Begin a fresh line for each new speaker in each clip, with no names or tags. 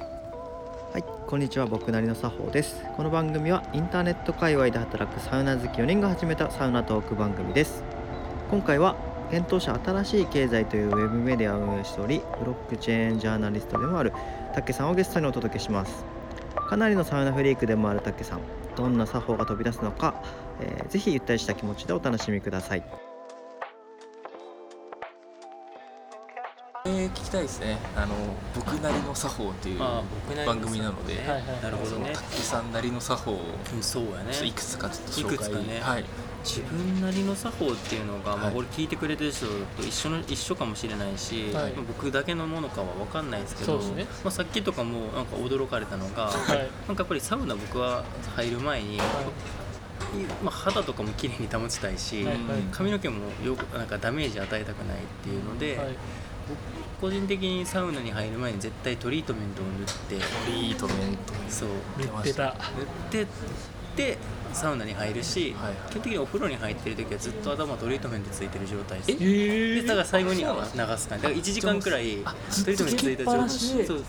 はい、こんにちは。僕なりの作法です。この番組はインターネット界隈で働くサウナ好き4人が始めたサウナトーク番組です。今回は検討者新しい経済というウェブメディアを運営しており、ブロックチェーンジャーナリストでもある竹さんをゲストにお届けします。かなりのサウナフリークでもある竹さん、どんな作法が飛び出すのか、えーぜひゆったりした気持ちでお楽しみください。
えー、聞きたいですねあの僕なりの作法っていう
あ僕なりの
番組なので
はいはいなるほどね
その滝さんなりの作法を
うんそうやね
ちょっといくつかちょっと紹介
いくつかね
はい
自分なりの作法っていうのが、まあ
は、い
俺聞いてくれてる人と一緒の一緒かもしれないし、
はい
まあ僕だけのものかは分かんないですけど
そうですね
まあ、さっきとかもなんか驚かれたのが、
はい、
なんかやっぱりサウナ僕は入る前に、まあ、肌とかも綺麗に保ちたいし、
はいはい
髪の毛もよくなんかダメージ与えたくないっていうので、
はい、
僕個人的にサウナに入る前に絶対トリートメントを塗って
トリートメント
そう
見てた、は
塗ってでサウナに入るし、
はい
基本的にお風呂に入ってる時はずっと頭トリートメントついてる状態です
えー
でだから最後に流
そうなん
す感じだから1時間くらい
あ
トリートメントついて
ず
る状態
っとつけっぱなしで
そう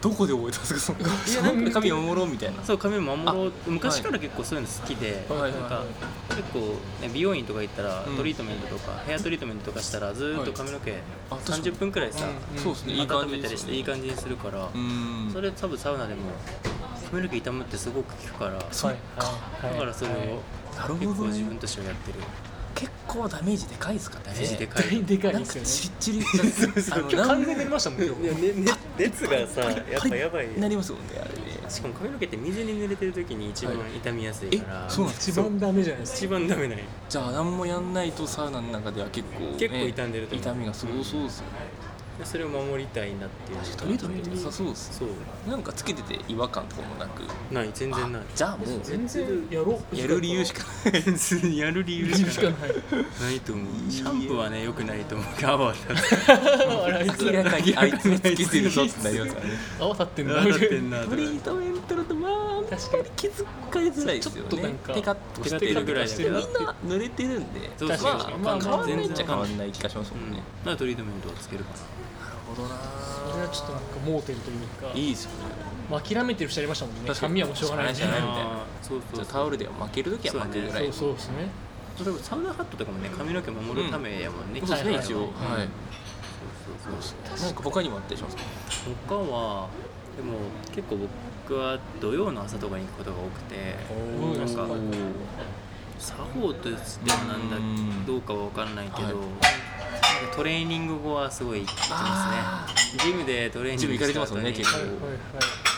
どこで覚えたんですかその
いやなんか
髪をもろうみたいな
そう髪を守ろう
あ
昔から結構そういうの好きで、
はい
なんか
はい
結構、ね、美容院とか行ったら
うん
トリートメントとか、ヘアトリートメントとかしたらずーっと髪の毛
あ確かに
30分くらいさ、
うん
そうですねいい感
温
じ
めた
で
りし
す
ていい感じにするから、
うーん
それ多分サウナでも髪の毛痛むってすごく効くからだ
い、はい、
からそれを
はい
なる
結
ほ
構
ど
自
ね
分としてはやってる。
結構ダメージでかいですかね
ダメージでか
絶対
い
でかい
なん
で
か
すよ
チ
ね。
リッチリしたあの
今日完全
な
に出ましたもん、今日。
熱がさやっぱやばい
んなりますもんねあれね
しかも髪の毛って水に濡れてる時に一番
はい
痛みやすいから、
えそうなんです
一
か
番ダメじゃないです
一番ダメない
じゃあ何もやんないとサウナの中では結構、ね、
結構傷んでると思う
痛みがすごそうですよね
それを守りたいなっていう
トリートメント良さそうです
そう
なんかつけてて違和感とかもなく
ない全然ない
あじゃあもう
か。全然やろう。
やる理由し
か。
か
やる理由
理由しかない。
ないと思うシャンプーはねよくないと思うガバーだって
あいつ
明らかにあいつがつけてるぞってなりますからね
泡立ってんだ。
なってんなと
ト
か
リートメントだとまああんま
確かに
り気づかれづらいですよね
ちょっとなんか
テカッとして
テ
る
カッとぐらいだ
し
け
て
ど
みんな濡れてるんで
そうそうそ
ま
う
あまあ変わんないっ
全
ち
然
ゃ変わんない気がしますも
うん
ん
だ
ね
からトリートメントをつけるか
なるほど
それは
な
ちょっとなんか盲点というか、
いいですよね
まあ諦めてる人ありましたもんね。
確かに
髪はもうしょうがない
しょうが
な
ないみたいな
あーそう
じゃ
そ
あ
う
タオルでは負ける時は負けるぐらい
そうそうですね。
そうサウナハットとかもね髪の毛守るためやもんね、
そうですね
はいはい
一応
うん
はい
そうそうそう
なんか他にもあったりしますか
他はでも結構僕は土曜の朝とかに行くことが多くて
おー
なんか
お
作法としてはなんだ
うん
どうかは分からないけど、
はい
なんかトレーニング後はすごい行きま
あ
すねジムでトレーニ
ジ
ング
ム行かれてますもんね
した
結
はい
後
はい
に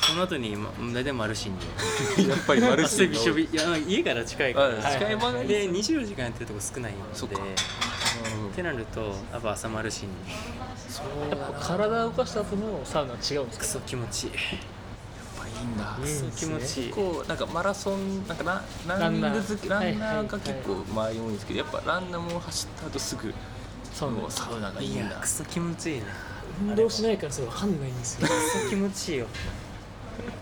その後にま大体マルシンに
ーやっぱりマルシ
汗
ン
びしょびいや家から近いか
はい
ら
い
使い場がいいです
で
ね
24時間やってるとこ少ないの
そっ
で
か
ってなるとやっぱ朝マルシンに
はい。やっぱ体を動かした後のサウナは違うんです
ク
か。
ソ気持ちいい
やっぱいいんだ
いいん
クソ気持ちいい
結構なんかマラソンなんかランラ
ラ
ン
ン
ニ
ナ
ン
ー
グ好きランナーが
はい
結構周り多いんですけどやっぱランナーも走った後すぐ
サウナ
もう。サウナがいい
い
ん
や
だ
クソ気持ちいいな
運動しないからそれわかんないんですよ。
クソ気持ちいい よ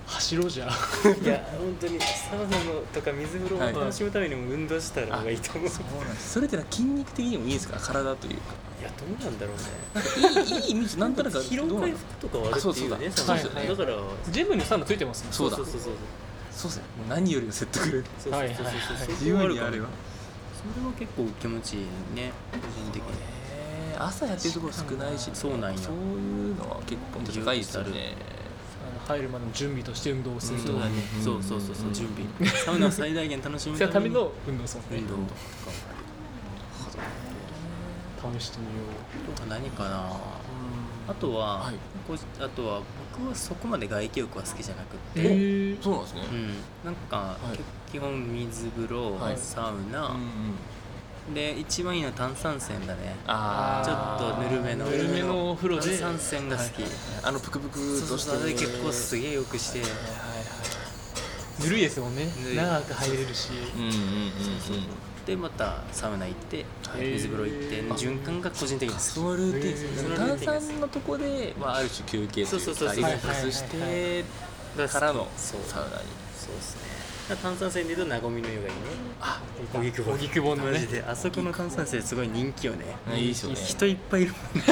走ろうじゃん。
いや本当にサウナのとか水風呂を
はい
楽しむためにも運動したらがいいと思う、い、
そうなんですそれってのは筋肉的にもいいんですか体というか
やどうなんだろう
い
ね
いいい意味じゃなんとなく
疲労
どうな
回
んですか
復とかはあるっていうね
あそう
そうだ
の
はいはい
だから
ジムにサウナついてますもん。
そうだ
そうそうそう
そうですねもう何よりの説得力
そうそうそうそう、
はいはいはい
そこはあるかも
ば
それは結構気持ちいいね個人的に
えー朝やってるところ少ないし
そうなんや
そういうのは結構高いですよね
あの入るまでの準備として運動をすると
そうだね
うん
そうそうそうそう準備サウナを最大限楽しむ
それ
た
のた
め
め
に
の運動ですもんね
運動とか
試してみよう
あとは何かなあとは、
はい
こうあとは僕はそこまで外気浴は好きじゃなくって、
へえ
そうなんですね
うん、なんか、
い
け基本水風呂、
はい
サウ
うん
ナ
う、ん
で一番いいのは炭酸泉だね
あ
ちょっ
あ
とぬるめの
ぬるめのお風呂
炭
で
酸泉が好き、
あのプクプク
そ
と
うそう
し
そうあ
て
れ結構すげえよくして、
ぬるいですもんね
ぬるい
長く入れるし
うんうんうんうん
でまたサウナ行って、
い
水風呂行っての循環が個人的に
そ
好
のルーティンですね
へー
炭酸のとこで、まあ、ある種休憩と
そう
い
そう
う
そう
か
そう
リラックスし
はいはい
て
きだ
からの
そう
サウナに
そうですねだから炭酸泉で言うと和みの湯がいいね
あ
荻窪
荻窪のね
マジであそこの炭酸泉すごい人気よね
いいですよね
人いっぱいいるもんね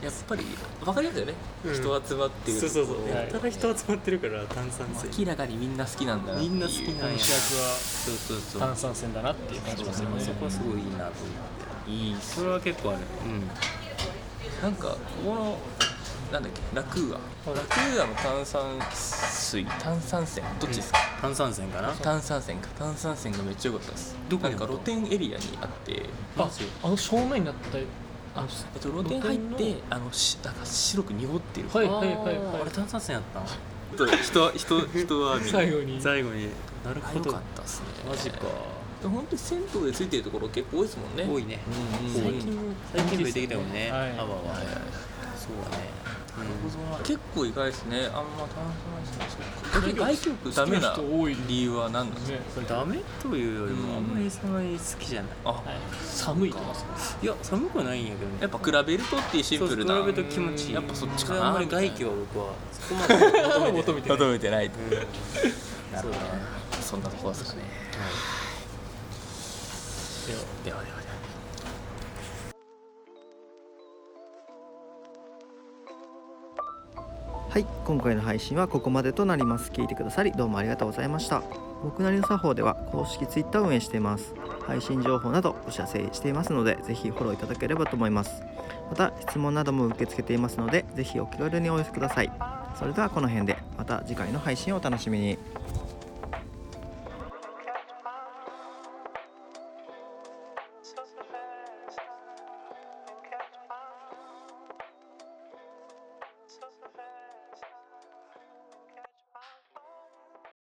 やっぱり分かりますよね、
うん
人集まってる
そうそうそう
ね
やたら人集まってるから炭酸水
明らかにみんな好きなんだなって
み
いうん
な好きなんや
主役は
そうそうそう
炭酸泉だなっていう感じがするね
そこはすごいいいなと思っていいそれは結構あるう
なんかここのなんだっけラクーア
はい
ラクーアの炭酸水炭酸泉どっちですか、
ん炭酸泉かな
炭酸泉か炭酸泉がめっちゃ良かったです
どこ
な
に
んか露天エリアにあって
ああの正面になったあ
えっと、露天入っ
露
て
天
あのしなんか白く濁ってる、
はいはいは
あ
い
ーあ
は
れ
い
炭酸泉やったん
ちょっと人人人は見
最後に
最後になる
あ
ほ
良
ど
かったっすね
マジか
本当に銭湯でついてるところ結構多いですもんね
多いね
うんうん
多
う
い
ん
最近増えてきたよね
はい
はいはい
泡は
はい
そうだね
結構意外ですねあんま炭酸水
外
外
気
局ダメな
好き人多いね
理由は何なんですか、
うんダメというより
うん
もあんまりそんなに好きじゃない
あ
はい寒いとか
いや寒くはないんやけどね
やっぱ比べるとっていうシンプルな
そう比べると気持ちいい
やっぱそっちか
それはあん
な
まり
みたい
外
な
気は僕はそこまで求めて
求めてない
求めてないなる
そう
ほど
だ
ね
ね
そんなとこですかねではではでは
はい今回の配信はここまでとなります聞いてくださりどうもありがとうございました僕なりの作法では公式 Twitter を運営しています配信情報などお知らせしていますのでぜひフォローいただければと思いますまた質問なども受け付けていますのでぜひお気軽にお寄せくださいそれではこの辺でまた次回の配信をお楽しみに